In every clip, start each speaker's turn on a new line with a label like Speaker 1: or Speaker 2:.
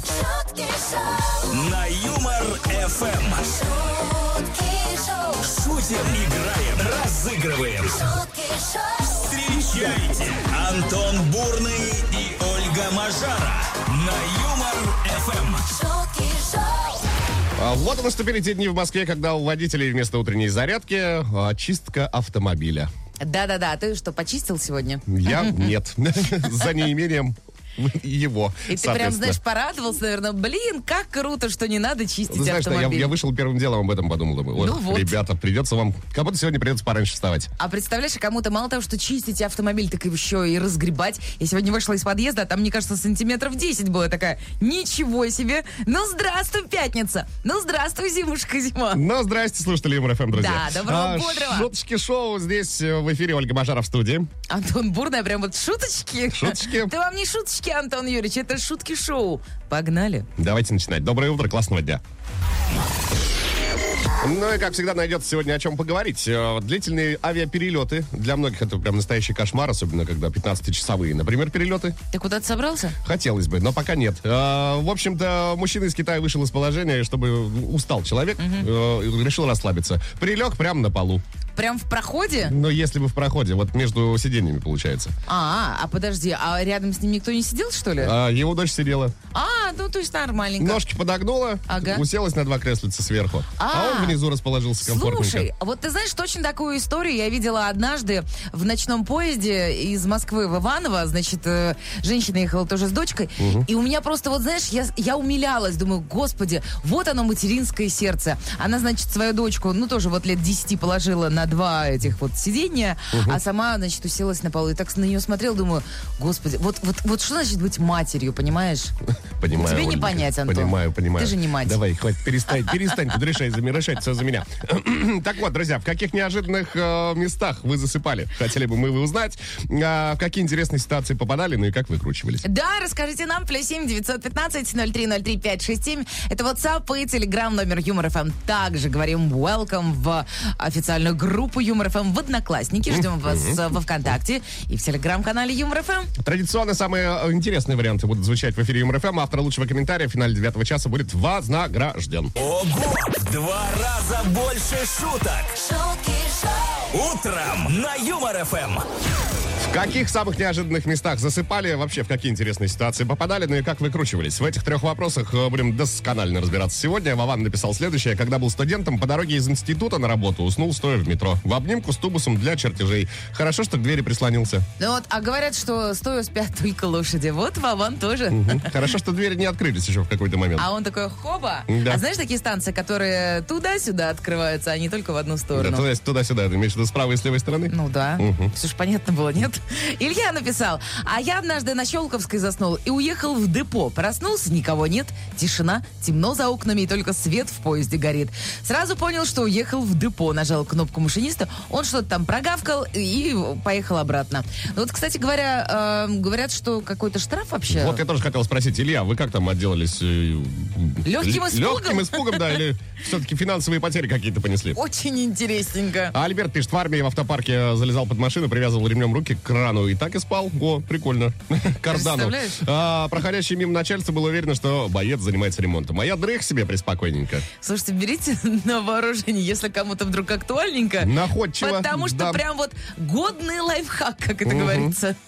Speaker 1: Шутки шоу,
Speaker 2: На Юмор ФМ
Speaker 1: шутки шоу,
Speaker 2: шутим, играем, разыгрываем.
Speaker 1: шутки шоу,
Speaker 2: Встречайте Антон Бурный и Ольга Мажара на Юмор Эм. ФМ.
Speaker 1: шутки шоу,
Speaker 3: А Вот и наступили те дни в Москве, когда у водителей вместо утренней зарядки а, чистка автомобиля.
Speaker 4: Да-да-да, ты что, почистил сегодня?
Speaker 3: Я нет. За неимением его,
Speaker 4: И ты прям,
Speaker 3: соответственно.
Speaker 4: знаешь, порадовался, наверное, блин, как круто, что не надо чистить
Speaker 3: Ты знаешь, что, я,
Speaker 4: автомобиль.
Speaker 3: я вышел первым делом об этом подумал. Думаю, вот,
Speaker 4: Ну вот.
Speaker 3: ребята, придется вам... Кому-то сегодня придется пораньше вставать.
Speaker 4: А представляешь, кому-то мало того, что чистить автомобиль, так еще и разгребать. Я сегодня вышла из подъезда, а там, мне кажется, сантиметров 10 было такая. Ничего себе! Ну, здравствуй, пятница! Ну, здравствуй, зимушка, зима!
Speaker 3: Ну, здрасте, слушатели юмор ФМ, друзья.
Speaker 4: Да, доброго,
Speaker 3: А,
Speaker 4: бодрого.
Speaker 3: Шуточки шоу здесь э, в эфире Ольга Мажара в студии.
Speaker 4: Антон Бурная, прям вот шуточки.
Speaker 3: Шуточки.
Speaker 4: Да вам не шуточки, Антон Юрьевич, это шутки-шоу. Погнали.
Speaker 3: Давайте начинать. Доброе утро, классного дня. Ну и, как всегда, найдется сегодня о чем поговорить. Э, Длительные авиаперелеты. Для многих это прям настоящий кошмар, особенно когда 15-часовые, например, перелеты.
Speaker 4: Ты куда-то собрался?
Speaker 3: Хотелось бы, но пока нет. Э, В общем-то, мужчина из Китая вышел из положения, чтобы устал человек, э, решил расслабиться. Прилег прямо на полу.
Speaker 4: Прям в проходе?
Speaker 3: Но если бы в проходе, вот между сиденьями получается.
Speaker 4: А, а подожди, а рядом с ним никто не сидел, что ли?
Speaker 3: А Его дочь сидела.
Speaker 4: А, ну то есть нормальненько.
Speaker 3: Ножки подогнула,
Speaker 4: Ага.
Speaker 3: уселась на два креслица сверху. А
Speaker 4: А.
Speaker 3: он внизу расположился комфортненько.
Speaker 4: Слушай, вот ты знаешь, точно такую историю я видела однажды в ночном поезде из Москвы в Иваново. Значит, э, женщина ехала тоже с дочкой. И у меня просто, вот знаешь, я, я умилялась. Думаю, господи, вот оно материнское сердце. Она, значит, свою дочку, ну тоже вот лет 10 положила на два этих вот сиденья, а сама, значит, уселась на полу. И так на нее смотрела, думаю, господи, вот, вот, вот что значит быть матерью, понимаешь?
Speaker 3: Понимаю.
Speaker 4: Тебе не
Speaker 3: Оленька.
Speaker 4: понять, Антон.
Speaker 3: Понимаю, понимаю.
Speaker 4: Ты же не мать.
Speaker 3: Давай, хватит, перестань, перестань, тут решай за меня, решать все за меня. Так вот, друзья, в каких неожиданных э, местах вы засыпали? Хотели бы мы вы узнать, а, в какие интересные ситуации попадали, ну и как выкручивались.
Speaker 4: Да, расскажите нам. Плюс семь девятьсот пятнадцать ноль три ноль три пять шесть семь. Это WhatsApp и Telegram номер Юмор ФМ. Также говорим welcome в официальную группу Юмор ФМ в Одноклассники. Ждем вас э, во ВКонтакте и в Телеграм-канале Юмор ФМ.
Speaker 3: Традиционно самые э, интересные варианты будут звучать в эфире ЮМРФМ. Автор лучшего комментария в финале девятого часа будет вознагражден.
Speaker 2: Ого! В два раза больше шуток!
Speaker 1: шутки шоу,
Speaker 2: Утром на Юмор Эм. ФМ!
Speaker 3: В каких самых неожиданных местах засыпали, вообще в какие интересные ситуации попадали, ну и как выкручивались? В этих трех вопросах э, будем досконально разбираться сегодня. Вован написал следующее. Когда был студентом, по дороге из института на работу уснул, стоя в метро. В обнимку с тубусом для чертежей. Хорошо, что к двери прислонился.
Speaker 4: Ну вот, а говорят, что стоя спят только лошади. Вот Вован тоже.
Speaker 3: Мгм. Хорошо, что двери не открылись еще в какой-то момент.
Speaker 4: А он такой, хоба.
Speaker 3: Да.
Speaker 4: А знаешь такие станции, которые туда-сюда открываются, а не только в одну
Speaker 3: Да,
Speaker 4: сторону?
Speaker 3: туда- Туда-сюда, ты имеешь в виду справа и с левой стороны?
Speaker 4: Ну да.
Speaker 3: Мгм.
Speaker 4: Все ж понятно было, нет? Илья написал, а я однажды на Щелковской заснул и уехал в депо. Проснулся, никого нет, тишина, темно за окнами и только свет в поезде горит. Сразу понял, что уехал в депо. Нажал кнопку машиниста, он что-то там прогавкал и поехал обратно. Ну Вот, кстати говоря, э, говорят, что какой-то штраф вообще.
Speaker 3: Вот я тоже хотел спросить, Илья, вы как там отделались? э,
Speaker 4: Легким
Speaker 3: л-
Speaker 4: испугом?
Speaker 3: Легким испугом, да, или все-таки финансовые потери какие-то понесли?
Speaker 4: Очень интересненько.
Speaker 3: А Альберт пишет, в армии в автопарке залезал под машину, привязывал ремнем руки к крану и так и спал. О, прикольно. Кардану.
Speaker 4: Представляешь?
Speaker 3: А, проходящий мимо начальство было уверено, что боец занимается ремонтом. А я дрых себе приспокойненько.
Speaker 4: Слушайте, берите на вооружение, если кому-то вдруг актуальненько.
Speaker 3: Находчиво.
Speaker 4: Потому что
Speaker 3: да.
Speaker 4: прям вот годный лайфхак, как это говорится.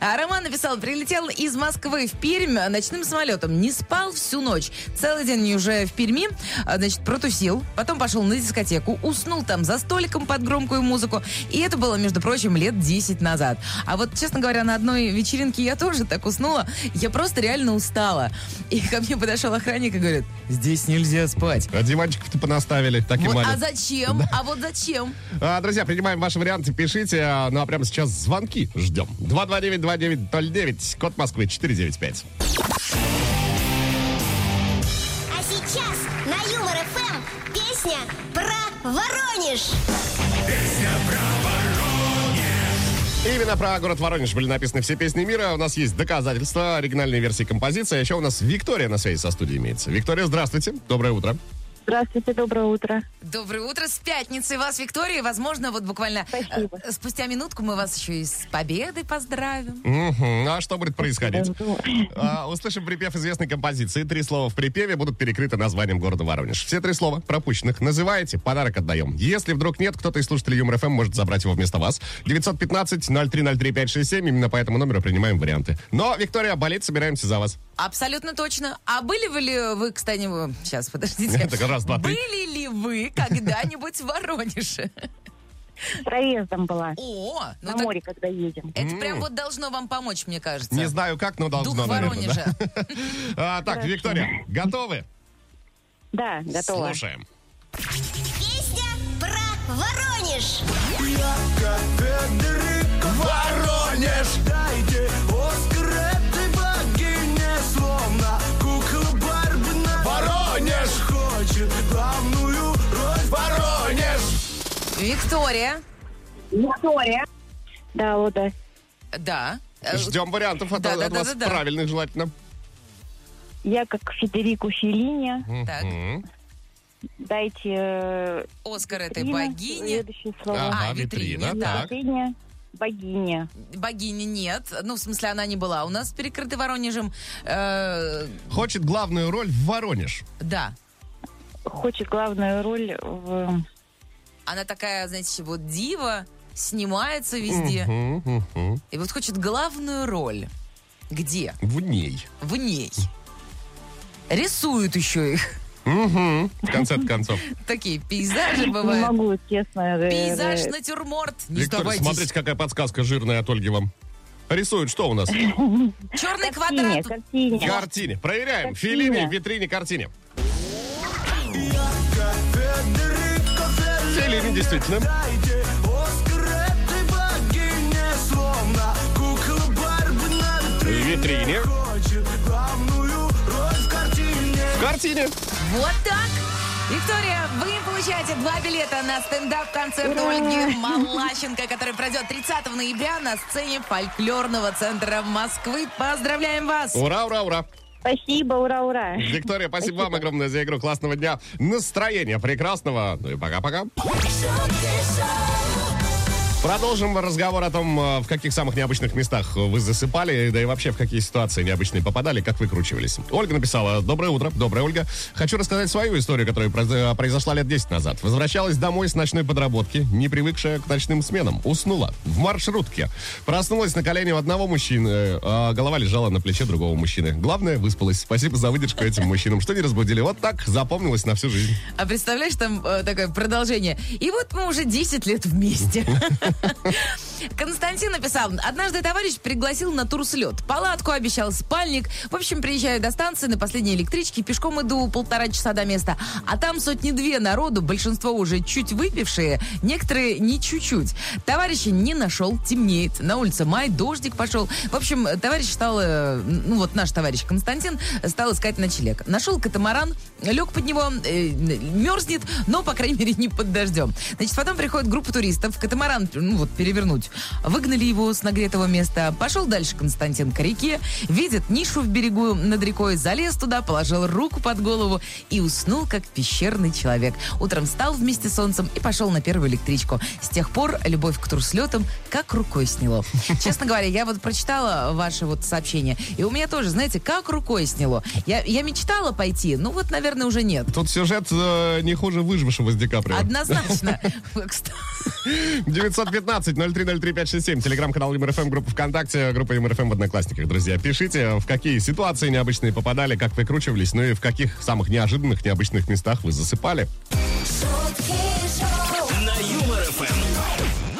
Speaker 4: А Роман написал, прилетел из Москвы в Пермь а ночным самолетом. Не спал всю ночь. Целый день уже в Перми, а, значит, протусил. Потом пошел на дискотеку, уснул там за столиком под громкую музыку. И это было, между прочим, лет 10 назад. А вот, честно говоря, на одной вечеринке я тоже так уснула. Я просто реально устала. И ко мне подошел охранник и говорит, здесь нельзя спать.
Speaker 3: А диванчиков-то понаставили, так и
Speaker 4: Вот, а
Speaker 3: манят.
Speaker 4: зачем? А вот зачем?
Speaker 3: А, друзья, принимаем ваши варианты, пишите. А, Ну а прямо сейчас звонки ждем. 229-2909, код Москвы 495.
Speaker 5: А сейчас на Юмор ФМ песня про Воронеж.
Speaker 3: Именно про город Воронеж были написаны все песни мира. У нас есть доказательства оригинальной версии композиции. А еще у нас Виктория на связи со студией имеется. Виктория, здравствуйте. Доброе утро.
Speaker 6: Здравствуйте, доброе утро.
Speaker 4: Доброе утро с пятницей вас, Виктория. Возможно, вот буквально э,
Speaker 6: Спасибо.
Speaker 4: спустя минутку мы вас еще и с победой поздравим.
Speaker 3: Мгм. А что будет происходить?
Speaker 6: Жду.
Speaker 3: А, услышим припев известной композиции. Три слова в припеве будут перекрыты названием города Воронеж. Все три слова пропущенных называете, подарок отдаем. Если вдруг нет, кто-то из слушателей Юмор ФМ может забрать его вместо вас. 915-0303-567. Именно по этому номеру принимаем варианты. Но, Виктория, болеть собираемся за вас.
Speaker 4: Абсолютно точно. А были вы ли вы, кстати, вы- сейчас, подождите.
Speaker 3: Это раз, два, три.
Speaker 4: Были ли вы когда-нибудь в Воронеже?
Speaker 6: С проездом была.
Speaker 4: О, ну
Speaker 6: На
Speaker 4: так
Speaker 6: море, когда едем.
Speaker 4: это прям вот должно вам помочь, мне кажется.
Speaker 3: Не знаю как, но должно,
Speaker 4: Дух
Speaker 3: наверное, да.
Speaker 4: Воронежа.
Speaker 3: А, так, Виктория, готовы?
Speaker 6: Да, готова.
Speaker 3: Слушаем.
Speaker 5: Песня про Воронеж.
Speaker 2: Я катедрик Воронеж Дайте Оскар этой богине Словно кукла Барбина Воронеж Хочет главную роль Воронеж
Speaker 4: Виктория.
Speaker 6: Виктория. Да, вот, да.
Speaker 4: Да. Э,
Speaker 3: Ждем вариантов от,
Speaker 4: да,
Speaker 3: от
Speaker 4: да, да,
Speaker 3: вас
Speaker 4: да, да.
Speaker 3: правильных желательно.
Speaker 6: Я как Федерико Феллини.
Speaker 4: Так,
Speaker 3: М.
Speaker 6: Дайте э,
Speaker 4: Оскар этой
Speaker 6: Ирина,
Speaker 4: богини.
Speaker 6: Следующие слова.
Speaker 4: А, витрина,
Speaker 6: Да,
Speaker 3: так.
Speaker 6: Последняя. Богиня.
Speaker 4: Богини нет. Ну, в смысле, она не была у нас перекрыта Воронежем. Э,
Speaker 3: Хочет главную роль в Воронеж.
Speaker 4: да.
Speaker 6: Хочет главную роль в...
Speaker 4: Она такая, знаете, вот дива, снимается везде.
Speaker 3: М, м, м.
Speaker 4: И вот хочет главную роль. Где?
Speaker 3: В ней.
Speaker 4: В ней. Рисуют еще их.
Speaker 3: Мгм. В конце концов.
Speaker 4: Такие пейзажи
Speaker 6: Не
Speaker 4: бывают.
Speaker 6: могу, честно. э,
Speaker 4: Пейзаж
Speaker 6: э,
Speaker 4: натюрморт. Не
Speaker 3: Виктория,
Speaker 4: сдавайтесь.
Speaker 3: смотрите, какая подсказка жирная от Ольги вам. Рисует что у нас?
Speaker 4: Черный
Speaker 6: Картине,
Speaker 4: квадрат.
Speaker 6: картине.
Speaker 3: Картине. Проверяем.
Speaker 6: Картине.
Speaker 3: Филине, в витрине, картине.
Speaker 2: Катедрик
Speaker 3: Филини, действительно.
Speaker 2: Дайте Оскар этой богине Словно кукла Барбина
Speaker 3: В витрине.
Speaker 2: Хочет главную роль в картине
Speaker 3: В картине.
Speaker 4: Вот так. Виктория, вы получаете два билета на стендап-концерт
Speaker 6: Ура!
Speaker 4: Ольги Малащенко, который пройдет 30 ноября на сцене фольклорного центра Москвы. Поздравляем вас!
Speaker 3: Ура, ура, ура.
Speaker 6: Спасибо, ура, ура.
Speaker 3: Виктория, спасибо, вам огромное за игру. Классного дня. Настроения прекрасного. Ну и пока-пока.
Speaker 1: шутки шоу,
Speaker 3: Продолжим разговор о том, э, в каких самых необычных местах вы засыпали, да и вообще в какие ситуации необычные попадали, как выкручивались. Ольга написала, доброе утро, доброе Ольга. Хочу рассказать свою историю, которая произ- э, произошла лет 10 назад. Возвращалась домой с ночной подработки, не привыкшая к ночным сменам. Уснула в маршрутке. Проснулась на колени у одного мужчины, а голова лежала на плече другого мужчины. Главное, выспалась. Спасибо за выдержку этим мужчинам, что не разбудили. Вот так запомнилось на всю жизнь.
Speaker 4: А представляешь, там э, такое продолжение. И вот мы уже 10 лет вместе. Константин написал, однажды товарищ пригласил на турслет. Палатку обещал, спальник. В общем, приезжаю до станции на последней электричке, пешком иду полтора часа до места. А там сотни-две народу, большинство уже чуть выпившие, некоторые не чуть-чуть. Товарища не нашел, темнеет. На улице май, дождик пошел. В общем, товарищ стал, э, ну вот наш товарищ Константин, э, стал искать ночлег. Нашел катамаран, лег под него, э, мерзнет, но, по крайней мере, не под дождем. Значит, потом приходит группа туристов, катамаран, ну вот, перевернуть. Выгнали его с нагретого места. Пошел дальше Константин к реке, видит нишу в берегу над рекой, залез туда, положил руку под голову и уснул, как пещерный человек. Утром встал вместе с солнцем и пошел на первую электричку. С тех пор любовь к турслетам как рукой сняло. Честно говоря, я вот прочитала ваше вот сообщение, и у меня тоже, знаете, как рукой сняло. Я, я мечтала пойти, ну вот, наверное, уже нет.
Speaker 3: Тут сюжет э, не хуже выжившего с Ди Каприо.
Speaker 4: Однозначно. Кстати,
Speaker 3: 915-0303-567, телеграм-канал ЮморФМ, группа ВКонтакте, группа ЮморФМ в Одноклассниках. Друзья, пишите, в какие ситуации необычные попадали, как выкручивались, ну и в каких самых неожиданных, необычных местах вы засыпали.
Speaker 1: шутки шоу,
Speaker 2: На Юмор эм. ФМ.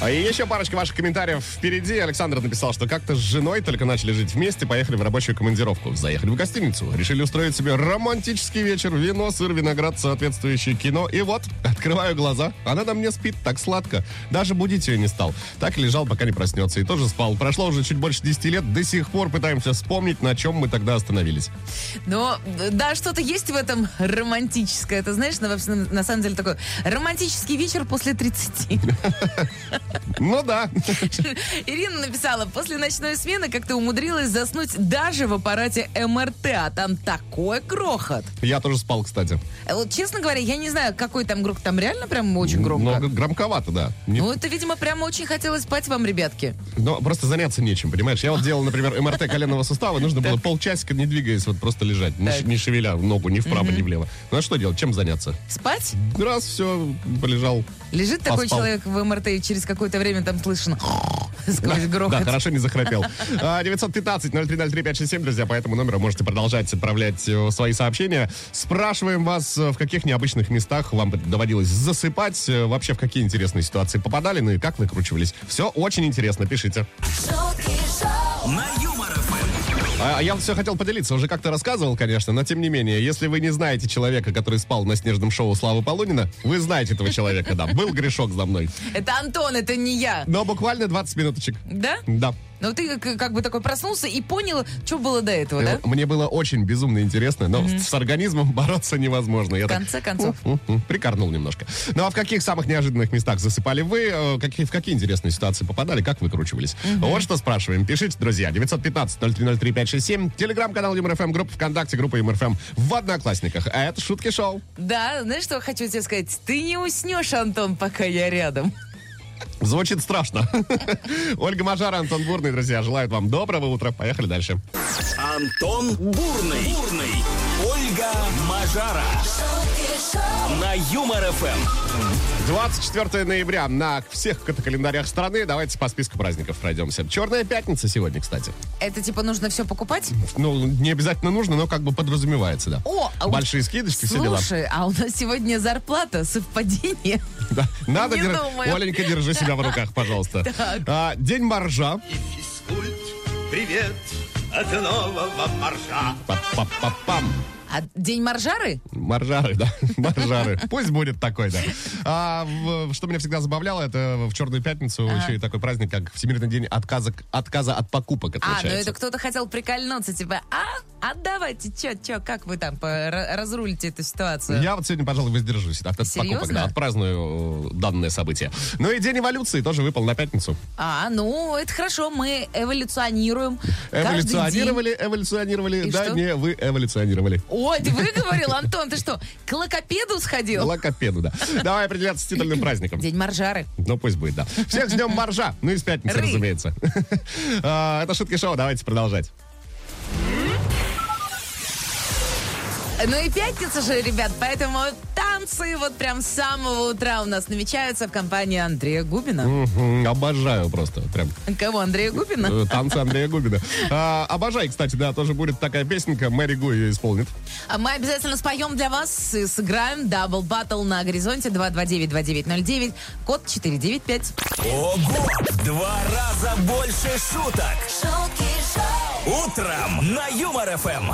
Speaker 3: А и еще парочка ваших комментариев впереди. Александр написал, что как-то с женой только начали жить вместе, поехали в рабочую командировку, заехали в гостиницу, решили устроить себе романтический вечер, вино, сыр, виноград, соответствующее кино. И вот, открываю глаза, она на мне спит так сладко. Даже будить ее не стал. Так и лежал, пока не проснется. И тоже спал. Прошло уже чуть больше 10 лет, до сих пор пытаемся вспомнить, на чем мы тогда остановились.
Speaker 4: Но э, да, что-то есть в этом романтическое. Это знаешь, на, на самом деле такой романтический вечер после 30.
Speaker 3: Ну да.
Speaker 4: Ирина написала, после ночной смены как-то умудрилась заснуть даже в аппарате МРТ, а там такой крохот.
Speaker 3: Я тоже спал, кстати.
Speaker 4: Э, Вот, честно говоря, я не знаю, какой там грохот, там реально прям очень громко.
Speaker 3: Но г- громковато, да. Не-
Speaker 4: Ну, это, видимо, прямо очень хотелось спать вам, ребятки.
Speaker 3: Но просто заняться нечем, понимаешь? Я вот делал, например, МРТ коленного сустава, нужно было полчасика, не двигаясь, вот просто лежать, не, ш-
Speaker 4: Так.
Speaker 3: не шевеля ногу ни вправо, ни влево. Ну а что делать? Чем заняться?
Speaker 4: Спать?
Speaker 3: Раз, все, полежал.
Speaker 4: Лежит такой
Speaker 3: Поспал.
Speaker 4: человек в МРТ, и через какое-то время там слышно сквозь
Speaker 3: Да,
Speaker 4: грохот.
Speaker 3: хорошо не захрапел. А, 915-0303-567, друзья, по этому номеру можете продолжать отправлять э, свои сообщения. Спрашиваем вас, э, в каких необычных местах вам доводилось засыпать, э, вообще в какие интересные ситуации попадали, ну и как выкручивались. Все очень интересно, пишите.
Speaker 1: шутки шоу,
Speaker 2: На Юмор ФМ.
Speaker 3: А, я все хотел поделиться, уже как-то рассказывал, конечно, но тем не менее, если вы не знаете человека, который спал на снежном шоу Славы Полунина, вы знаете этого человека, да. Был грешок за мной.
Speaker 4: Это Антон, это не я.
Speaker 3: Но буквально 20 минуточек.
Speaker 4: Да?
Speaker 3: Да.
Speaker 4: Ну, ты к- как бы такой проснулся и понял, что было до этого, да?
Speaker 3: Э, Мне было очень безумно интересно, но с организмом бороться невозможно. Я
Speaker 4: В
Speaker 3: так,
Speaker 4: конце концов.
Speaker 3: м-м, прикорнул немножко. Ну а в каких самых неожиданных местах засыпали вы? э, Какие, в какие интересные ситуации попадали? Как выкручивались? Вот что спрашиваем. Пишите, друзья. 915-0303-567. Телеграм-канал ЮморФМ, группа ВКонтакте, группа ЮморФМ в Одноклассниках. А это Шутки Шоу.
Speaker 4: Да, знаешь, что хочу тебе сказать? Ты не уснешь, Антон, пока я рядом.
Speaker 3: Звучит страшно. Ольга Мажара, Антон Бурный, друзья, желают вам доброго утра. Поехали дальше.
Speaker 2: Антон Бурный. эм. Бурный. Ольга Мажара.
Speaker 1: шутки шоу,
Speaker 2: На Юмор эм. ФМ.
Speaker 3: 24 ноября на всех календарях страны. Давайте по списку праздников пройдемся. Черная пятница сегодня, кстати.
Speaker 4: Это типа нужно все покупать?
Speaker 3: Ну, не обязательно нужно, но как бы подразумевается, да.
Speaker 4: О, а у-
Speaker 3: Большие скидочки, все дела.
Speaker 4: Слушай, а у нас сегодня зарплата, совпадение.
Speaker 3: Да. Надо
Speaker 4: не
Speaker 3: держ-
Speaker 4: думаю.
Speaker 3: Оленька, держи себя в руках, пожалуйста.
Speaker 4: Так.
Speaker 3: А, День моржа.
Speaker 7: физкульт, привет от нового марша.
Speaker 3: Па-па-па-пам.
Speaker 4: А день маржары?
Speaker 3: Маржары, да. Маржары. Пусть будет такой, да. А, в- что меня всегда забавляло, это в Черную пятницу
Speaker 4: А.
Speaker 3: еще и такой праздник, как Всемирный день отказа, отказа от покупок
Speaker 4: А, ну
Speaker 3: отмечается.
Speaker 4: это кто-то хотел прикольнуться, типа, а, а давайте, чё, чё, как вы там пора- разрулите эту ситуацию?
Speaker 3: Я вот сегодня, пожалуй, воздержусь от, от
Speaker 4: Серьезно?
Speaker 3: покупок, да, отпраздную э, данное событие. Ну и День эволюции тоже выпал на пятницу.
Speaker 4: А, ну, это хорошо, мы эволюционируем. каждый день.
Speaker 3: Эволюционировали, эволюционировали,
Speaker 4: И
Speaker 3: да,
Speaker 4: что?
Speaker 3: не, вы эволюционировали.
Speaker 4: Ой, ты выговорил, Антон, ты что, к локопеду сходил?
Speaker 3: Локопеду, да. Давай определяться с титульным праздником.
Speaker 4: День маржары.
Speaker 3: Ну, пусть будет, да. Всех с днем маржа. Ну и с пятницы,
Speaker 4: Ры.
Speaker 3: разумеется. А, Это шутки шоу, давайте продолжать.
Speaker 4: Ну и пятница же, ребят, поэтому танцы вот прям с самого утра у нас намечаются в компании Андрея Губина.
Speaker 3: Мгм, Обожаю просто, прям.
Speaker 4: Кого, Андрея Губина?
Speaker 3: э, Танцы Андрея Губина. А, Обожай, кстати, да, тоже будет такая песенка. Мэри Гу ее исполнит.
Speaker 4: А мы обязательно споем для вас и сыграем дабл баттл на горизонте 229-2909, код 495.
Speaker 2: Ого! В Два раза больше шуток.
Speaker 1: шутки шоу,
Speaker 2: Утром на Юмор ФМ.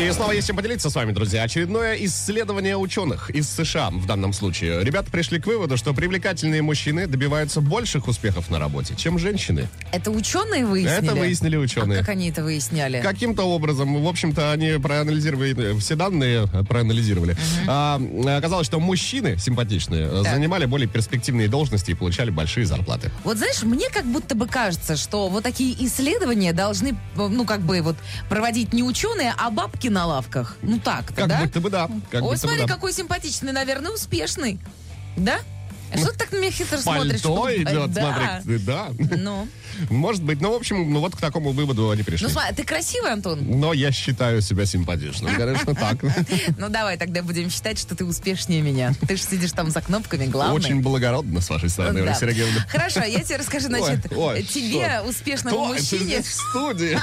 Speaker 3: И снова есть чем поделиться с вами, друзья. Очередное исследование ученых из США в данном случае. Ребята пришли к выводу, что привлекательные мужчины добиваются больших успехов на работе, чем женщины.
Speaker 4: Это ученые выяснили?
Speaker 3: Это выяснили ученые.
Speaker 4: А как они это выясняли?
Speaker 3: Каким-то образом, в общем-то, они проанализировали, э, все данные э, проанализировали. А, м, оказалось, что мужчины симпатичные э,
Speaker 4: Так.
Speaker 3: занимали более перспективные должности и получали большие зарплаты.
Speaker 4: Вот знаешь, мне как будто бы кажется, что вот такие исследования должны, э, ну, как бы вот проводить не ученые, а бабки на лавках. Ну так-то,
Speaker 3: Как
Speaker 4: да?
Speaker 3: будто бы да. Как
Speaker 4: Ой,
Speaker 3: будто
Speaker 4: смотри,
Speaker 3: бы да.
Speaker 4: какой симпатичный, наверное, успешный. Да? А Что ты так на меня хитро смотришь?
Speaker 3: Пальто
Speaker 4: Э,
Speaker 3: идет,
Speaker 4: да.
Speaker 3: смотри. Да.
Speaker 4: Ну,
Speaker 3: Может быть. Ну, в общем, ну вот к такому выводу они пришли.
Speaker 4: ну смотри, ты красивый, Антон?
Speaker 3: Но я считаю себя симпатичным. Конечно, так.
Speaker 4: Ну давай тогда будем считать, что ты успешнее меня. Ты же сидишь там за кнопками, главный.
Speaker 3: Очень благородно с вашей стороны,
Speaker 4: Да.
Speaker 3: Ольга Сергеевна.
Speaker 4: Хорошо, я тебе расскажу, значит,
Speaker 3: Ой, ой,
Speaker 4: тебе,
Speaker 3: что?
Speaker 4: успешному
Speaker 3: Кто это
Speaker 4: мужчине,
Speaker 3: здесь в студии?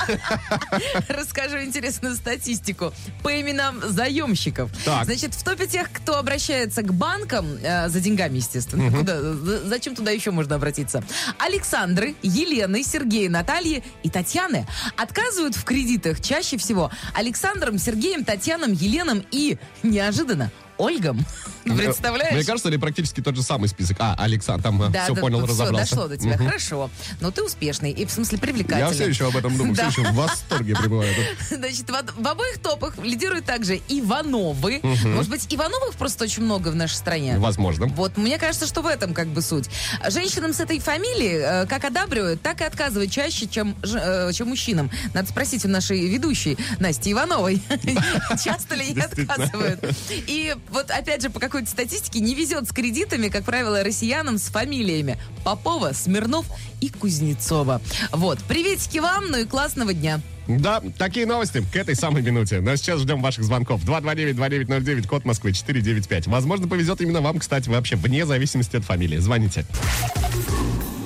Speaker 4: расскажу интересную статистику по именам заемщиков.
Speaker 3: Так.
Speaker 4: Значит, в топе тех, кто обращается к банкам, э, за деньгами, естественно, Куда- за- зачем туда еще можно обратиться? Александры, Елены, Сергеи, Натальи и Татьяны отказывают в кредитах чаще всего Александрам, Сергеем, Татьянам, Еленам и, неожиданно, Ольгам. Представляешь?
Speaker 3: Ну, Мне кажется, или практически тот же самый список. А, Александр, там э,
Speaker 4: Да,
Speaker 3: все
Speaker 4: да,
Speaker 3: понял,
Speaker 4: всё
Speaker 3: разобрался.
Speaker 4: дошло до тебя.
Speaker 3: Мгм.
Speaker 4: Хорошо. Но ты успешный и, в смысле, привлекательный.
Speaker 3: Я все еще об этом думаю, все
Speaker 4: Да.
Speaker 3: еще в восторге пребываю.
Speaker 4: Значит, в, од- в обоих топах лидируют также Ивановы. Может быть, Ивановых просто очень много в нашей стране?
Speaker 3: Возможно.
Speaker 4: Вот, мне кажется, что в этом как бы суть. Женщинам с этой фамилией э, как одабривают, так и отказывают чаще, чем, ж- э, чем мужчинам. Надо спросить у нашей ведущей Насти Ивановой, часто ли ей
Speaker 3: Действительно.
Speaker 4: отказывают. И вот опять же, по какой-то статистике, не везет с кредитами, как правило, россиянам с фамилиями Попова, Смирнов и Кузнецова. Вот, приветики вам, ну и классного дня.
Speaker 3: Да, такие новости к этой самой минуте. Но сейчас ждем ваших звонков. 229-2909, код Москвы, 495. Возможно, повезет именно вам, кстати, вообще вне зависимости от фамилии. Звоните.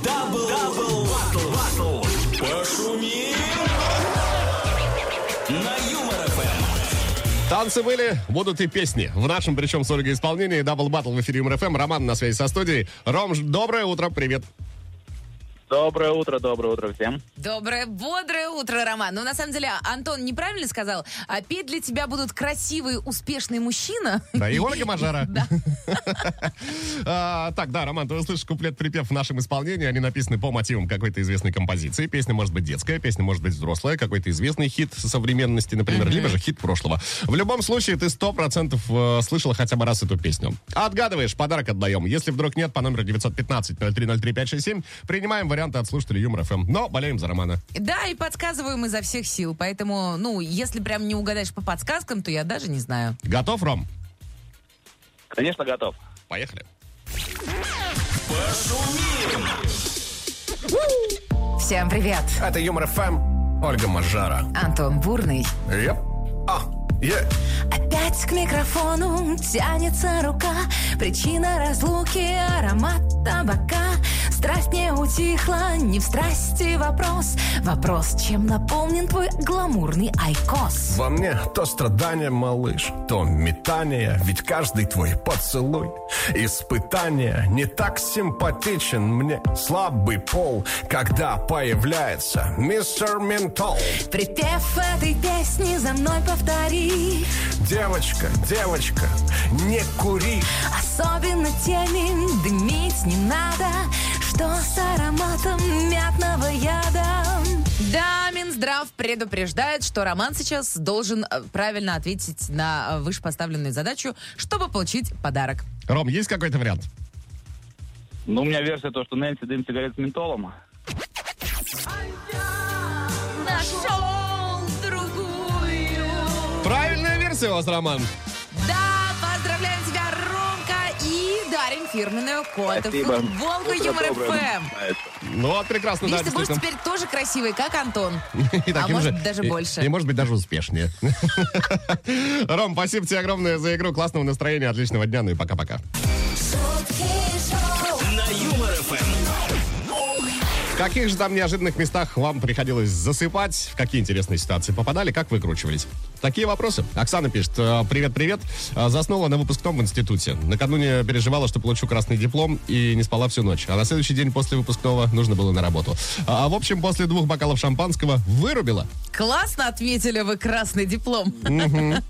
Speaker 2: Дабл, дабл, батл, батл. Пошумим! На Юмор ФМ.
Speaker 3: Танцы были, будут и песни. В нашем, причем с Ольгой исполнении, дабл баттл в эфире МРФМ. Роман на связи со студией. Ром, ж- доброе утро, привет.
Speaker 8: Доброе утро, доброе утро всем.
Speaker 4: Доброе, бодрое утро, Роман. Ну, на самом деле, Антон неправильно сказал. А петь для тебя будут красивый, успешный мужчина.
Speaker 3: Да, и Ольга Мажара.
Speaker 4: Да.
Speaker 3: А, Так, да, Роман, ты услышишь куплет-припев в нашем исполнении. Они написаны по мотивам какой-то известной композиции. Песня может быть детская, песня может быть взрослая, какой-то известный хит современности, например, либо же хит прошлого. В любом случае, ты 100% э, слышала хотя бы раз эту песню. Отгадываешь, подарок отдаем. Если вдруг нет, по номеру 915-0303-567 принимаем варианты от слушателей Юмор ФМ. Но болеем за Романа.
Speaker 4: Да, и подсказываем изо всех сил. Поэтому, ну, если прям не угадаешь по подсказкам, то я даже не знаю.
Speaker 3: Готов, Ром?
Speaker 8: Конечно, готов.
Speaker 3: Поехали.
Speaker 4: Всем привет.
Speaker 2: Это Юмор ФМ. Ольга Мажара.
Speaker 4: Антон Бурный.
Speaker 2: Еп. А, е.
Speaker 1: Опять к микрофону тянется рука Причина разлуки, аромат табака Страсть не утихла, не в страсти вопрос Вопрос, чем наполнен твой гламурный айкос
Speaker 2: Во мне то страдание, малыш, то метание, ведь каждый твой поцелуй испытание не так симпатичен мне слабый пол, когда появляется мистер Ментол.
Speaker 1: Припев этой песни за мной повтори
Speaker 2: Девочка, девочка, не кури,
Speaker 1: Особенно теми дымить не надо Что с ароматом мятного яда
Speaker 4: Да, Минздрав предупреждает, что Роман сейчас должен э, правильно ответить на э, вышепоставленную задачу, чтобы получить подарок.
Speaker 3: Ром, есть какой-то вариант?
Speaker 8: Ну, у меня версия то, что Нэнси дым сигарет с ментолом.
Speaker 4: Нашел другую.
Speaker 3: Правильная версия у вас, Роман.
Speaker 4: Да, поздравляем тебя, Ромка, и дарим фирменную кота.
Speaker 8: Спасибо.
Speaker 4: Волга
Speaker 8: Утро
Speaker 4: Юмор
Speaker 8: доброе
Speaker 4: ФМ.
Speaker 8: начинается.
Speaker 3: Ну вот, прекрасно,
Speaker 4: Видишь,
Speaker 3: да,
Speaker 4: ты будешь
Speaker 3: действительно.
Speaker 4: теперь тоже красивый, как Антон.
Speaker 3: И
Speaker 4: а
Speaker 3: таким
Speaker 4: может
Speaker 3: же-
Speaker 4: даже
Speaker 3: и-
Speaker 4: больше.
Speaker 3: И, может быть, даже успешнее. Ром, спасибо тебе огромное за игру. Классного настроения, отличного дня. Ну и пока-пока.
Speaker 2: на Юмор ФМ.
Speaker 3: В каких же там неожиданных местах вам приходилось засыпать? В какие интересные ситуации попадали? Как выкручивались? Такие вопросы. Оксана пишет. э, Привет-привет. Э, Заснула на выпускном в институте. Накануне переживала, что получу красный диплом и не спала всю ночь. А на следующий день после выпускного нужно было на работу. А, в общем, после двух бокалов шампанского вырубила.
Speaker 4: Классно отметили вы красный диплом.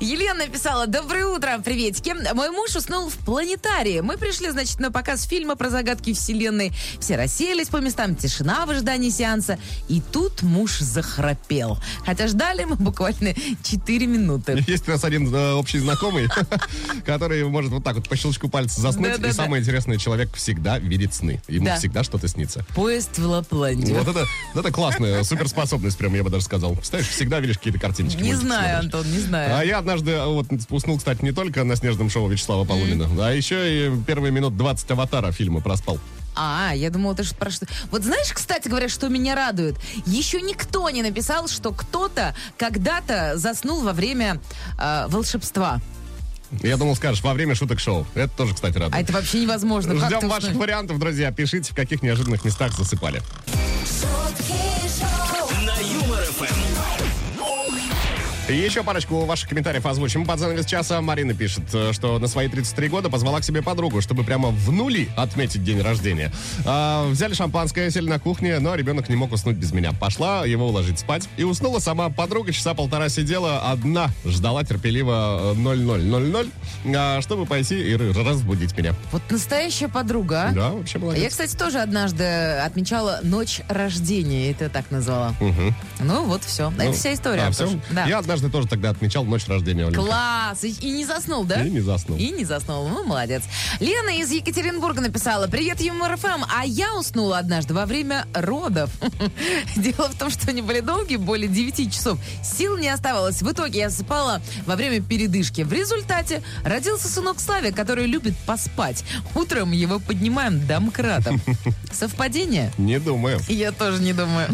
Speaker 4: Елена написала, доброе утро, приветики. Мой муж уснул в планетарии. Мы пришли, значит, на показ фильма про загадки вселенной. Все расселись по местам, тишина в ожидании сеанса. И тут муж захрапел. Хотя ждали мы буквально 4 минуты.
Speaker 3: Есть у нас один э, общий знакомый, который может вот так вот по щелчку пальца заснуть.
Speaker 4: Да-да-да.
Speaker 3: И самое интересное, человек всегда видит сны. Ему
Speaker 4: Да.
Speaker 3: всегда что-то снится.
Speaker 4: Поезд в Лапландию.
Speaker 3: Вот это, вот это классная суперспособность, прям я бы даже сказал. Представляешь, всегда видишь какие-то картиночки.
Speaker 4: Не
Speaker 3: мультики
Speaker 4: знаю,
Speaker 3: смотришь.
Speaker 4: Антон, не знаю.
Speaker 3: А я однажды э, вот уснул, кстати, не только на снежном шоу Вячеслава Полунина, а еще и первые минут 20 аватара фильма проспал.
Speaker 4: А, я думала, ты что про что. Вот знаешь, кстати говоря, что меня радует? Еще никто не написал, что кто-то когда-то заснул во время э, волшебства.
Speaker 3: Я думал, скажешь, во время шуток шоу. Это тоже, кстати,
Speaker 4: А
Speaker 3: радует.
Speaker 4: это вообще невозможно. Как ты
Speaker 3: Ждем ваших
Speaker 4: уснул?
Speaker 3: вариантов, друзья. Пишите, в каких неожиданных местах засыпали.
Speaker 2: На Юмор ФМ.
Speaker 3: И еще парочку ваших комментариев озвучим. Под занавес часа Марина пишет, э, что на свои 33 года позвала к себе подругу, чтобы прямо в нули отметить день рождения. А, взяли шампанское, сели на кухне, но ребенок не мог уснуть без меня. Пошла его уложить спать и уснула сама подруга. Часа полтора сидела одна, ждала терпеливо э, 0000, а, чтобы пойти и р- разбудить меня.
Speaker 4: Вот настоящая подруга, а?
Speaker 3: Да, вообще
Speaker 4: Я,
Speaker 3: молодец.
Speaker 4: кстати, тоже однажды отмечала ночь рождения, это я так назвала. Ну вот все. это
Speaker 3: Ну,
Speaker 4: вся история.
Speaker 3: а,
Speaker 4: тоже.
Speaker 3: всё?
Speaker 4: Да.
Speaker 3: Я однажды тоже тогда отмечал ночь рождения. Оленька.
Speaker 4: Класс! И, и не заснул, да?
Speaker 3: И не заснул.
Speaker 4: И не заснул. Ну, молодец. Лена из Екатеринбурга написала. Привет, Юмор ФМ. А я уснула однажды во время родов. Дело в том, что они были долгие, более 9 часов. Сил не оставалось. В итоге я засыпала во время передышки. В результате родился сынок Славик, который любит поспать. Утром его поднимаем домкратом. Совпадение?
Speaker 3: Не думаю.
Speaker 4: Я тоже не думаю.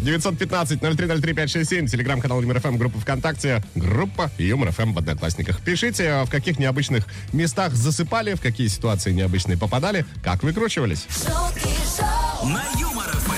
Speaker 3: 915-0303-567, телеграм-канал Юмор ФМ, группа ВКонтакте, группа Юмор ФМ в Одноклассниках. Пишите, а в каких необычных местах засыпали, в какие ситуации необычные попадали, как выкручивались.
Speaker 9: На Юмор ФМ.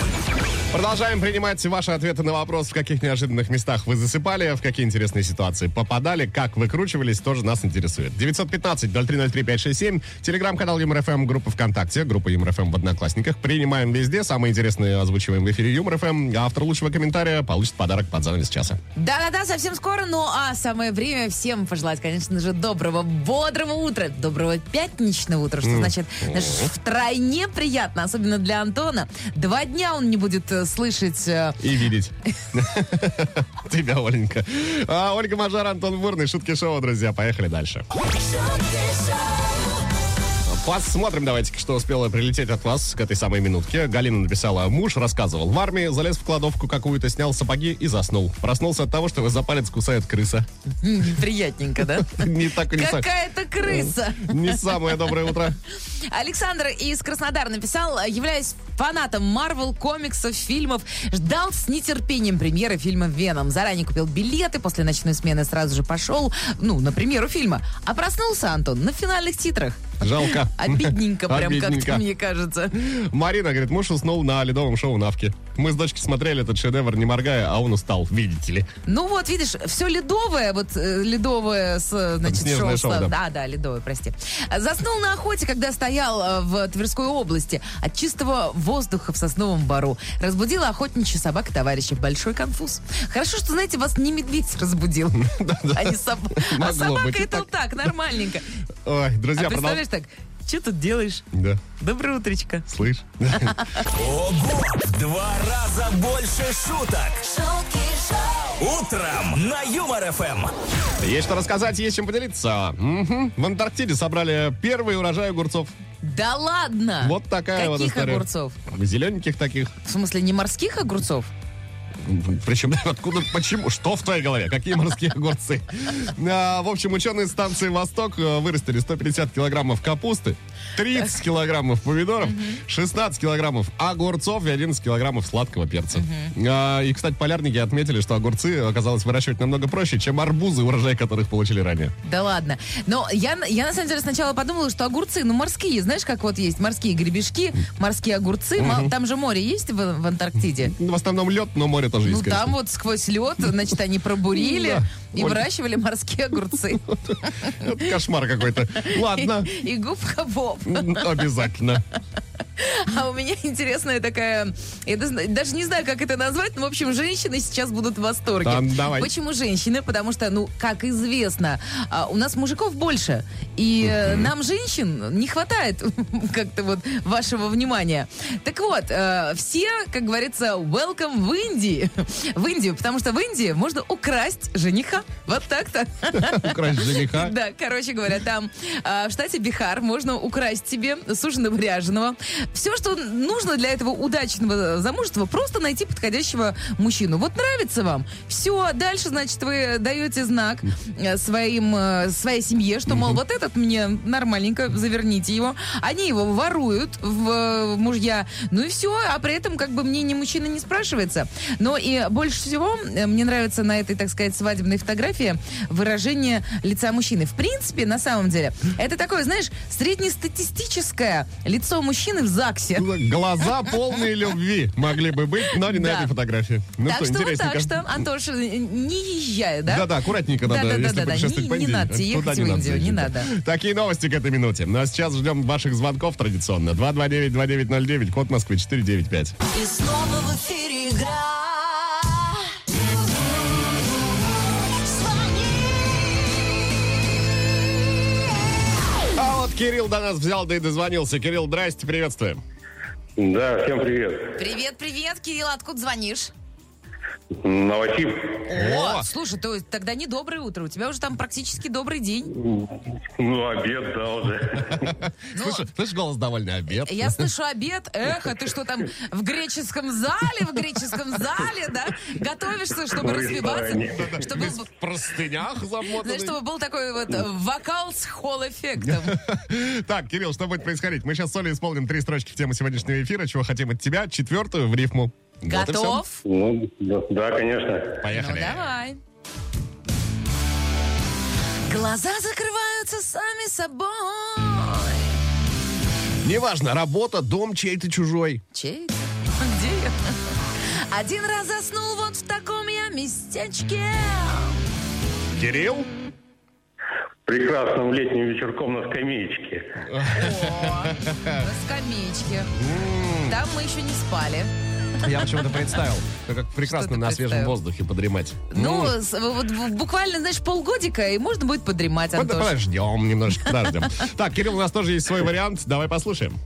Speaker 3: Продолжаем принимать ваши ответы на вопрос, в каких неожиданных местах вы засыпали, в какие интересные ситуации попадали, как выкручивались, тоже нас интересует. 915-0303-567, телеграм-канал Юмор ФМ, группа ВКонтакте, группа Юмор ФМ в Одноклассниках. Принимаем везде, самые интересные озвучиваем в эфире Юмор ФМ. Автор лучшего комментария получит подарок под занавес часа.
Speaker 4: Да-да-да, совсем скоро. Ну а самое время всем пожелать, конечно же, доброго, бодрого утра, доброго пятничного утра, что значит знаешь, втройне приятно, особенно для Антона. Два дня он не будет э, слышать... э,
Speaker 3: и видеть. Тебя, Оленька. А, Ольга Мажар, Антон Бурный, Шутки Шоу, друзья. Поехали дальше. Посмотрим, давайте, что успело прилететь от вас к этой самой минутке. Галина написала, муж рассказывал, в армии залез в кладовку какую-то, снял сапоги и заснул. Проснулся от того, что его за палец кусает крыса.
Speaker 4: Неприятненько, да?
Speaker 3: Не так и не так.
Speaker 4: Какая-то крыса.
Speaker 3: Не самое доброе утро.
Speaker 4: Александр из Краснодара написал, являясь фанатом Марвел, комиксов, фильмов, ждал с нетерпением премьеры фильма «Веном». Заранее купил билеты, после ночной смены сразу же пошел, ну, на премьеру фильма. А проснулся Антон на финальных титрах.
Speaker 3: Жалко.
Speaker 4: Обидненько прям
Speaker 3: Обидненько.
Speaker 4: как-то, мне кажется.
Speaker 3: Марина говорит, муж уснул на ледовом шоу Навки. Мы с дочкой смотрели этот шедевр, не моргая, а он устал, видите ли.
Speaker 4: Ну вот, видишь, все ледовое, вот э, ледовое, с, э, значит,
Speaker 3: Снежное шоу,
Speaker 4: шоу. Слав-
Speaker 3: да.
Speaker 4: да, да, ледовое, прости. Заснул на охоте, когда стоял э, в Тверской области от чистого воздуха в сосновом бару. Разбудила охотничья собака товарища. Большой конфуз. Хорошо, что, знаете, вас не медведь разбудил, а не собака. А
Speaker 3: Могло быть и
Speaker 4: собака это
Speaker 3: так.
Speaker 4: вот так, нормальненько.
Speaker 3: Ой, друзья,
Speaker 4: А
Speaker 3: продол-
Speaker 4: представляешь так, что тут делаешь?
Speaker 3: Да,
Speaker 4: Доброе утречко.
Speaker 3: слышь.
Speaker 9: Ого! В два раза больше шуток. Утром на Юмор ФМ.
Speaker 3: Есть что рассказать, есть чем поделиться. Мгм. В Антарктиде собрали первый урожай огурцов.
Speaker 4: Да ладно!
Speaker 3: Вот такая вот
Speaker 4: А, Каких
Speaker 3: история.
Speaker 4: огурцов?
Speaker 3: Зелененьких таких.
Speaker 4: В смысле, не морских огурцов?
Speaker 3: Причем, откуда, почему, что в твоей голове? Какие морские огурцы? А, в общем, ученые станции «Восток» э, вырастили 150 килограммов капусты, 30 килограммов помидоров, 16 килограммов огурцов и 11 килограммов сладкого перца. А, и, кстати, полярники отметили, что огурцы оказалось выращивать намного проще, чем арбузы, урожай которых получили ранее.
Speaker 4: Да ладно. Но я, я на самом деле сначала подумала, что огурцы, ну, морские, знаешь, как вот есть морские гребешки, морские огурцы. Мал- Там же море есть в, в Антарктиде?
Speaker 3: Ну, В основном лед, но море тоже
Speaker 4: Ну,
Speaker 3: есть, конечно.
Speaker 4: там вот сквозь лед, значит, они пробурили
Speaker 3: Да.
Speaker 4: и
Speaker 3: Оль.
Speaker 4: выращивали морские огурцы.
Speaker 3: Это Кошмар какой-то. Ладно.
Speaker 4: И губка Боб.
Speaker 3: М, Обязательно.
Speaker 4: А у меня интересная такая... Я даже даже не знаю, как это назвать, но, в общем, женщины сейчас будут в восторге.
Speaker 3: Да, ну, давай.
Speaker 4: Почему женщины? Потому что, ну, как известно, а, у нас мужиков больше. И э, нам, женщин, не хватает как-то вот вашего внимания. Так вот, э, все, как говорится, welcome в Индии. В Индию, потому что в Индии можно украсть жениха. Вот так-то.
Speaker 3: Украсть жениха.
Speaker 4: Да, короче говоря, там а, в штате Бихар можно украсть себе суженого ряженого. Все, что нужно для этого удачного замужества, просто найти подходящего мужчину. Вот нравится вам. Все, дальше, значит, вы даете знак э, своим, э, своей семье, что, мол, вот этот мне нормальненько, заверните его. Они его воруют в э, мужья. Ну и все, а при этом как бы мнение мужчины не спрашивается. Но и больше всего э, мне нравится на этой, так сказать, свадебной фотографии выражение лица мужчины. В принципе, на самом деле, это такое, знаешь, среднестатистическое лицо мужчины в ЗАГСе.
Speaker 3: Глаза полные любви могли бы быть, но не на
Speaker 4: Да.
Speaker 3: этой фотографии. Ну
Speaker 4: так что вот
Speaker 3: интересненько.
Speaker 4: так что, Антош, э, не езжай, да?
Speaker 3: Да-да, аккуратненько надо,
Speaker 4: Да-да-да-да,
Speaker 3: если путешествовать
Speaker 4: не-
Speaker 3: по
Speaker 4: не
Speaker 3: Индии.
Speaker 4: надо тебе
Speaker 3: Туда
Speaker 4: ехать в Индию, не
Speaker 3: езжать.
Speaker 4: надо.
Speaker 3: Такие новости к этой минуте. Ну а сейчас ждем ваших звонков традиционно. 229-2909, код Москвы 495.
Speaker 1: И снова в эфире игра.
Speaker 3: А вот Кирилл до нас взял, да и дозвонился. Кирилл, здрасте, приветствуем.
Speaker 10: Да, всем привет.
Speaker 4: Привет, привет, Кирилл, откуда звонишь?
Speaker 10: Новосиб.
Speaker 4: О, слушай, то тогда не доброе утро, у тебя уже там практически добрый день.
Speaker 10: Ну, обед, да, уже.
Speaker 4: Ну,
Speaker 3: Слышишь, слышишь, голос довольно обед.
Speaker 4: я слышу обед, эх, а ты что там в греческом зале, в греческом зале, да? Готовишься, чтобы
Speaker 10: В ресторане.
Speaker 4: развиваться, чтобы,
Speaker 3: Весь в простынях замотанный.
Speaker 4: знаешь, чтобы был такой вот э, вокал с холл-эффектом.
Speaker 3: Так, Кирилл, что будет происходить? Мы сейчас с Олей исполним три строчки в тему сегодняшнего эфира. Чего хотим от тебя? Четвертую в рифму. Вот и всё.
Speaker 4: Готов?
Speaker 10: Ну, да, да, конечно.
Speaker 4: Ну,
Speaker 3: Поехали.
Speaker 4: давай. Глаза закрываются сами собой.
Speaker 3: Неважно, работа, дом чей-то чужой.
Speaker 4: Чей? это? А Где я? Один раз заснул вот в таком я местечке.
Speaker 3: Кирилл?
Speaker 10: Прекрасным летним вечерком на скамеечке.
Speaker 4: На скамеечке. Там мы еще не спали.
Speaker 3: Я почему-то представил, как прекрасно
Speaker 4: ты
Speaker 3: на свежем
Speaker 4: представил?
Speaker 3: воздухе подремать.
Speaker 4: Ну, с- вот в- буквально, знаешь, полгодика, и можно будет подремать,
Speaker 3: Под-
Speaker 4: Антош.
Speaker 3: Подождем немножко, подождем. Так, Кирилл, у нас тоже есть свой вариант. Давай послушаем.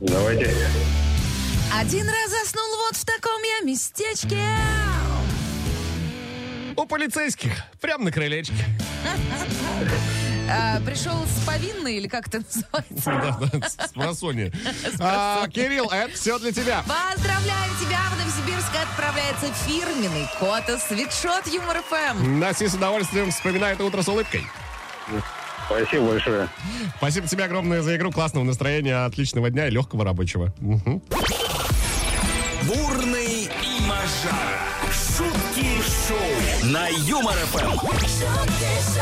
Speaker 10: Давайте.
Speaker 4: Один раз заснул вот в таком я местечке.
Speaker 3: У полицейских. Прям на крылечке.
Speaker 4: А, пришел с повинной, или как это называется?
Speaker 3: Да-да, С просони. А, Кирилл, это все для тебя.
Speaker 4: Поздравляю тебя! В Новосибирск отправляется фирменный Кота Свитшот Юмор ФМ.
Speaker 3: Наси с удовольствием вспоминает утро с улыбкой.
Speaker 10: Спасибо большое.
Speaker 3: Спасибо тебе огромное за игру. Классного настроения, отличного дня и легкого рабочего. Мгм.
Speaker 9: Бурный и Мажара. Шутки шоу на Юмор ФМ.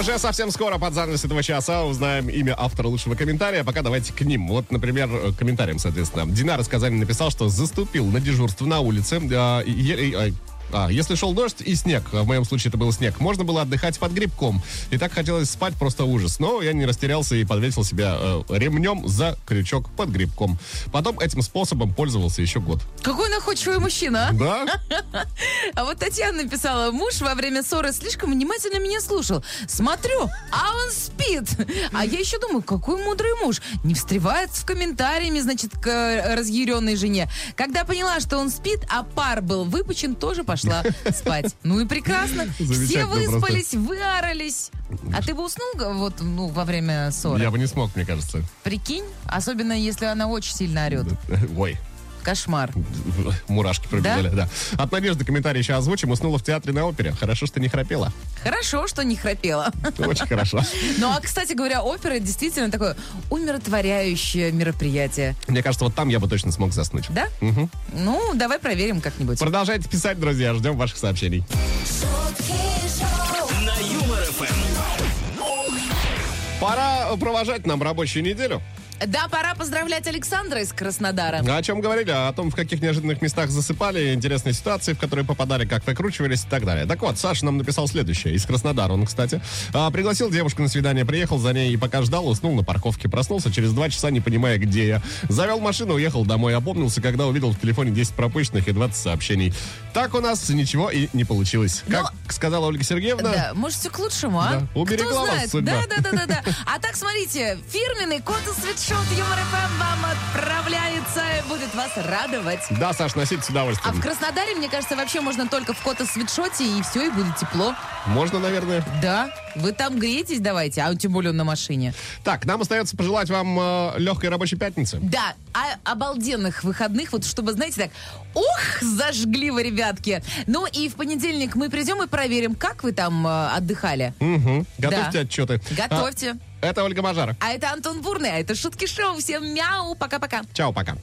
Speaker 3: Уже совсем скоро под занавес этого часа узнаем имя автора лучшего комментария. Пока давайте к ним. Вот, например, э, к комментариям, соответственно. Динар из Казани написал, что заступил на дежурство на улице. а, и- и- и- а, если шел дождь и снег, а в моем случае это был снег, можно было отдыхать под грибком. И так хотелось спать просто ужас. Но я не растерялся и подвесил себя э, ремнем за крючок под грибком. Потом этим способом пользовался еще год.
Speaker 4: Какой находчивый мужчина, а?
Speaker 3: Да?
Speaker 4: А вот Татьяна написала, муж во время ссоры слишком внимательно меня слушал. Смотрю, а он спит. А я еще думаю, какой мудрый муж. Не встревает с комментариями, значит, к э, разъяренной жене. Когда поняла, что он спит, а пар был выпущен, тоже пошла спать. Ну и прекрасно. Все
Speaker 3: Замечательно просто.
Speaker 4: выспались, выорались. А ты бы уснул г- вот ну, во время ссоры?
Speaker 3: Я бы не смог, мне кажется.
Speaker 4: Прикинь, особенно если она очень сильно орет.
Speaker 3: Ой.
Speaker 4: Кошмар.
Speaker 3: Мурашки пробежали, да? От Надежды комментарий еще озвучим. Уснула в театре на опере. Хорошо, что не храпела.
Speaker 4: Хорошо, что не храпела.
Speaker 3: Очень хорошо.
Speaker 4: Ну, а, кстати говоря, опера действительно такое умиротворяющее мероприятие.
Speaker 3: Мне кажется, вот там я бы точно смог заснуть.
Speaker 4: Да? Ну, давай проверим как-нибудь.
Speaker 3: Продолжайте писать, друзья. Ждем ваших сообщений.
Speaker 9: На Юмор ФМ.
Speaker 3: Пора провожать нам рабочую неделю.
Speaker 4: Да, пора поздравлять Александра из Краснодара.
Speaker 3: О чем говорили? О том, в каких неожиданных местах засыпали, интересные ситуации, в которые попадали, как выкручивались и так далее. Так вот, Саша нам написал следующее. Из Краснодара он, кстати. А, пригласил девушку на свидание, приехал за ней и пока ждал, уснул на парковке. Проснулся через два часа, не понимая, где я. Завел машину, уехал домой. Опомнился, когда увидел в телефоне 10 пропущенных и 20 сообщений. Так у нас ничего и не получилось.
Speaker 4: Ну,
Speaker 3: Как сказала Ольга Сергеевна...
Speaker 4: Да, может, все к лучшему, а?
Speaker 3: Да. Уберегла
Speaker 4: Кто
Speaker 3: вас
Speaker 4: знает?
Speaker 3: судьба.
Speaker 4: Да, да, да, да, да. А так, смотрите, фирменный кот и свитшот Юмор ФМ вам отправляется и будет вас радовать.
Speaker 3: Да, Саш, носите с
Speaker 4: А
Speaker 3: удовольствием.
Speaker 4: в Краснодаре, мне кажется, вообще можно только в кота свитшоте, и все, и будет тепло.
Speaker 3: Можно, наверное.
Speaker 4: Да, вы там греетесь давайте, а тем более на машине.
Speaker 3: Так, нам остается пожелать вам э, легкой рабочей пятницы.
Speaker 4: Да, а обалденных выходных, вот чтобы, знаете, так, ух, зажгли вы, ребятки. Ну и в понедельник мы придем и проверим, как вы там э, отдыхали.
Speaker 3: Мгм. Готовьте
Speaker 4: Да.
Speaker 3: отчеты.
Speaker 4: Готовьте.
Speaker 3: А, это Ольга Мажара.
Speaker 4: А это Антон Бурный, а это Шутки Шоу. Всем мяу, пока-пока.
Speaker 3: Чао, пока.